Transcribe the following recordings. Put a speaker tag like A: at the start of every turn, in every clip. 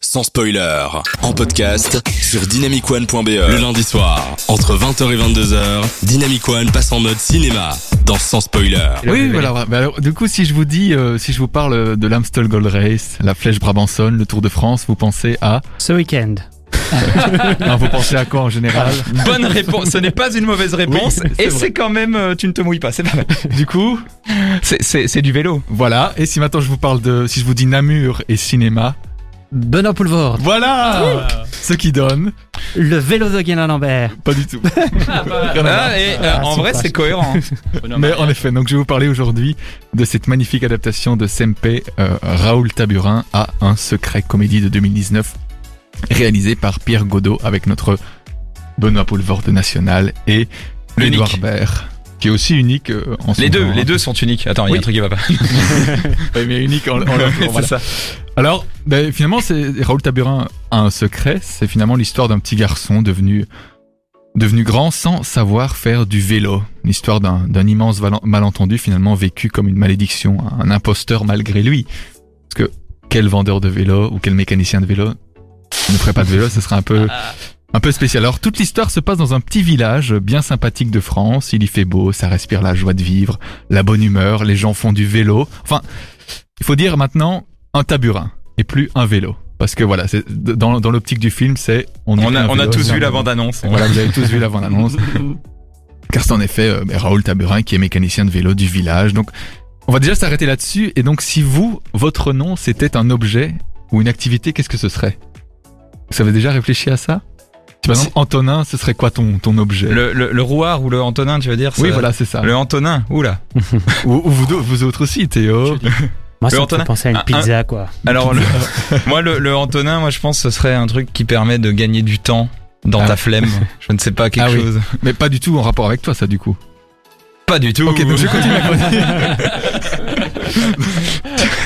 A: sans spoiler, en podcast sur dynamicone.be. E. Le lundi soir, entre 20h et 22h, Dynamic One passe en mode cinéma dans Sans spoiler.
B: Oui, voilà. ouais. Mais alors, du coup, si je vous dis, euh, si je vous parle euh, de l'Amstel Gold Race, la Flèche Brabançonne, le Tour de France, vous pensez à
C: Ce week-end.
B: Non, vous pensez à quoi en général
D: Ah. Bonne réponse, ce n'est pas une mauvaise réponse.
B: Oui, c'est
D: et
B: vrai.
D: c'est quand même, euh, tu ne te mouilles pas, c'est pas mal.
B: Du coup,
D: C'est- C'est c'est du vélo.
B: voilà. Et si maintenant je vous parle de, si je vous dis Namur et cinéma,
C: Benoît Poulvord.
B: voilà,
D: Ah,
B: Ah, ce qui donne
C: Le vélo de Guénin Lambert.
B: pas du tout. Rien à voir.
D: Ah, et, euh,
C: Ah,
D: en
C: c'est
D: vrai,
C: pas-
D: c'est cohérent. hein.
B: Mais en effet, donc je vais vous parler aujourd'hui de cette magnifique adaptation de Sempe euh, Raoul Taburin à un secret comédie de 2019 réalisée par Pierre Godot avec notre Benoît Poulvord national et
D: Unique.
B: Edouard Baird qui est aussi unique euh, en son
D: Les deux,
B: genre,
D: les
B: hein.
D: deux sont uniques. Attends, il y a
B: Oui.
D: un truc qui va pas.
B: Ouais, mais unique en, en leur genre,
D: C'est
B: voilà.
D: ça.
B: Alors, ben, finalement, c'est Raoul Taburin a un secret. C'est finalement l'histoire d'un petit garçon devenu devenu grand sans savoir faire du vélo. L'histoire d'un d'un immense valen- malentendu finalement vécu comme une malédiction, un imposteur malgré lui. Parce que quel vendeur de vélo ou quel mécanicien de vélo ne ferait pas de vélo Ce serait un peu un peu spécial. Alors toute l'histoire se passe dans un petit village bien sympathique de France. Il y fait beau, ça respire la joie de vivre, la bonne humeur. Les gens font du vélo. Enfin, il faut dire maintenant un taburin et plus un vélo. Parce que voilà, c'est- dans, dans l'optique du film, c'est dit
D: On
B: qu'un
D: a, on a
B: vélo,
D: tous
B: c'est
D: vu
B: un
D: la
B: vélo.
D: bande-annonce.
B: Voilà, vous avez tous vu la bande-annonce. Car c'est en effet euh, ben, Raoul Taburin qui est mécanicien de vélo du village. Donc, on va déjà s'arrêter là-dessus. Et donc, si vous, votre nom, c'était un objet ou une activité, qu'est-ce que ce serait Vous avez déjà réfléchi à ça Si par exemple, Antonin, ce serait quoi ton, ton objet
D: Le, le, le rouard ou le Antonin, tu veux dire
B: Oui,
D: ça-
B: voilà, c'est ça.
D: Le Antonin, oula.
B: Ou, ou vous, deux- vous autres aussi, Théo.
C: Moi, ça me
D: Antonin. Ah,
C: fait penser à une
D: Un- un-
C: pizza, quoi.
D: Alors, le- moi, le, le Antonin, moi, je pense que ce serait un truc qui permet de gagner du temps dans
B: Ah.
D: ta flemme. Je ne sais pas, quelque
B: Ah oui.
D: chose.
B: Mais pas du tout en rapport avec toi, ça, du coup.
D: Pas du tout.
B: Ok, donc je continue à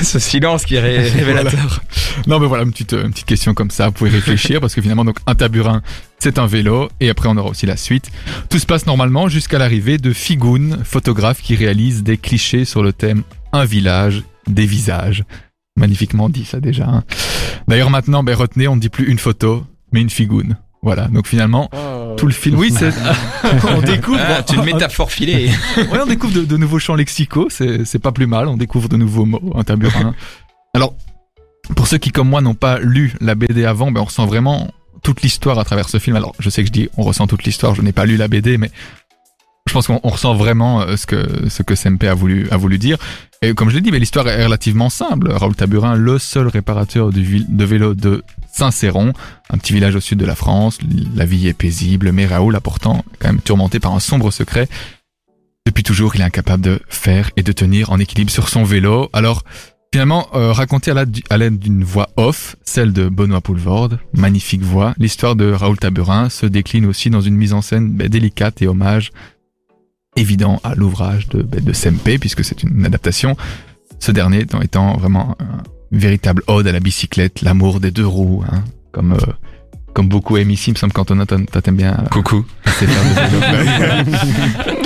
D: Ce silence qui est ré- révélateur.
B: Non, mais voilà, une petite, une petite question comme ça, vous pouvez réfléchir, parce que finalement, donc, un taburin, c'est un vélo, et après, on aura aussi la suite. Tout se passe normalement jusqu'à l'arrivée de Figoun, photographe qui réalise des clichés sur le thème Un village, des visages. Magnifiquement dit, ça déjà. hein. D'ailleurs, maintenant, ben, retenez, on ne dit plus une photo, mais une Figoun. Voilà, donc finalement, tout le film. Oui, c'est. on découvre.
D: Ah, tu une métaphore filée.
B: Ouais, on découvre de, de nouveaux champs lexicaux, c'est c'est pas plus mal, on découvre de nouveaux mots, un taburin. Alors, pour ceux qui, comme moi, n'ont pas lu la BD avant, ben, on ressent vraiment toute l'histoire à travers ce film. Alors, je sais que je dis on ressent toute l'histoire, je n'ai pas lu la BD, mais je pense qu'on on ressent vraiment euh, ce que, ce que Sempe a voulu, a voulu dire. Et comme je l'ai dit, mais l'histoire est relativement simple. Raoul Taburin, le seul réparateur du vil- de vélo de Saint-Céron, un petit village au sud de la France, la vie est paisible, mais Raoul, apportant quand même tourmenté par un sombre secret, depuis toujours, il est incapable de faire et de tenir en équilibre sur son vélo. Alors, finalement, euh, raconté à la- à l'aide d'une voix off, celle de Benoît Poulvorde, magnifique voix, l'histoire de Raoul Taburin se décline aussi dans une mise en scène ben, délicate et hommage évident à l'ouvrage de, ben, de Sempe, puisque c'est une adaptation. Ce dernier étant, étant vraiment un véritable ode à la bicyclette, l'amour des deux roues, hein, comme... euh, comme beaucoup aiment ici, il me semble qu'Antonin, t'aimes t'aimes bien euh,
D: Coucou.
B: ces faire de vélo.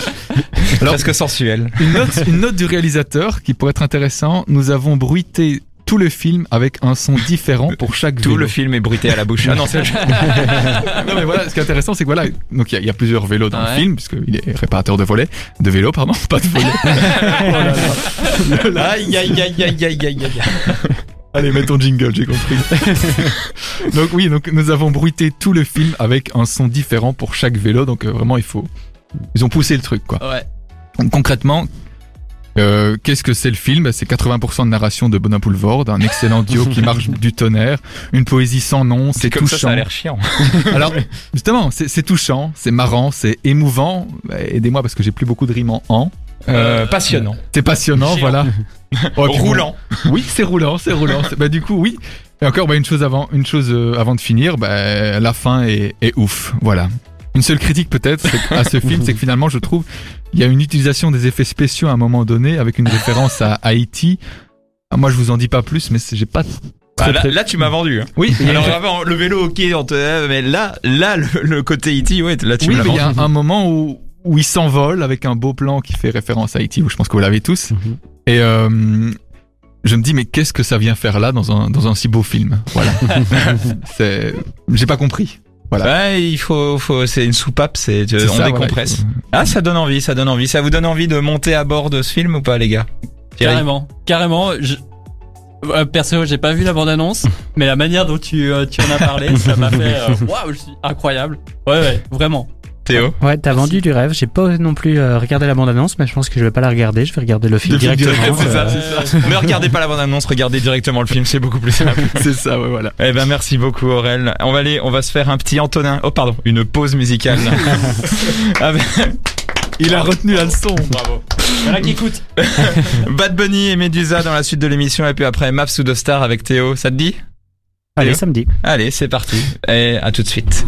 B: Alors-
D: Presque sensuel.
B: Une note, une note du réalisateur qui pourrait être intéressant. Nous avons bruité tout le film avec un son différent pour chaque
D: Tout
B: vélo.
D: le film est bruité à la bouche. Ah non, c'est
B: Non, mais voilà, ce qui est intéressant, c'est que voilà, donc il y a- il y, a plusieurs vélos dans le film puisqu'il est réparateur de volets, de vélos pardon, pas de volets.
D: Aïe, aïe, aïe, aïe, aïe, aïe, aïe.
B: Allez, mets ton jingle, j'ai compris. donc oui, donc nous avons bruité tout le film avec un son différent pour chaque vélo, donc euh, vraiment il faut. Ils ont poussé le truc quoi.
D: Ouais.
B: Donc, concrètement, euh, qu'est-ce que c'est le film Bah, C'est 80% de narration de Bonin Poulvord, un excellent duo qui marche du tonnerre, une poésie sans nom, c'est
D: C'est comme ça, ça
B: touchant.
D: a l'air chiant.
B: Alors, justement, c'est c'est touchant, c'est marrant, c'est émouvant. Bah, Aidez-moi parce que j'ai plus beaucoup de rimes en en.
D: Euh, passionnant.
B: C'est passionnant,
D: Géant.
B: voilà. Oh, et puis bon,
D: Roulant.
B: oui, c'est roulant, c'est roulant. C'est- bah du coup, oui. Et encore, bah, une chose avant, une chose euh, avant de finir, bah, la fin est, est ouf. Voilà. Une seule critique peut-être c'est que- à ce film, c'est que finalement, je trouve, il y a une utilisation des effets spéciaux à un moment donné, avec une référence à Haïti. Ah, Moi, je vous en dis pas plus, mais c'est- j'ai pas.
D: Ah,
B: très,
D: là,
B: très-
D: là, tu m'as vendu. hein.
B: Oui. il y a une-
D: Alors avant, le vélo, ok, on te- euh, mais là, là, le, le côté E.T., ouais, là, tu
B: oui,
D: me l'as
B: mais il y
D: vendu.
B: a un moment où où il
C: Mhm.
B: s'envole avec un beau plan qui fait référence à Haïti, où je pense que vous l'avez tous. Et euh, je me dis mais qu'est-ce que ça vient faire là dans un dans un si beau film Voilà. c'est j'ai pas compris.
D: Ouais, Bah, il faut, faut c'est une soupape, c'est tu-
B: C'est
D: Euh,
B: ça,
D: on
B: voilà.
D: décompresse. Ah, ça donne envie, ça donne envie. Ça vous donne envie de monter à bord de ce film ou pas, les gars Thierry
E: Carrément, carrément. Je... Euh, Perso, j'ai pas vu la bande-annonce, mais la manière dont tu, euh, tu en as parlé, ça m'a fait euh, waouh, je suis incroyable. Ouais, ouais, vraiment.
D: Théo
C: Ouais, t'as vendu du rêve. J'ai pas non plus euh, regardé la bande-annonce, mais je pense que je vais pas la regarder. Je vais regarder le film
B: Le film
C: directement.
B: direct,
D: c'est ça.
E: Euh,
D: Ne regardez pas la bande-annonce, regardez directement le film, c'est beaucoup plus simple.
B: c'est ça, ouais, voilà.
D: Eh ben merci beaucoup Aurel. On va aller, on va se faire un petit Antonin. Oh pardon, une pause musicale. Ah ben, Avec
B: Il a retenu la leçon.
E: Voilà qui écoute.
D: Bad Bunny et Medusa dans la suite de l'émission et puis après Maps ou The Star avec Théo. Ça te dit
C: Allez, samedi.
D: Allez, c'est parti. Et à tout de suite.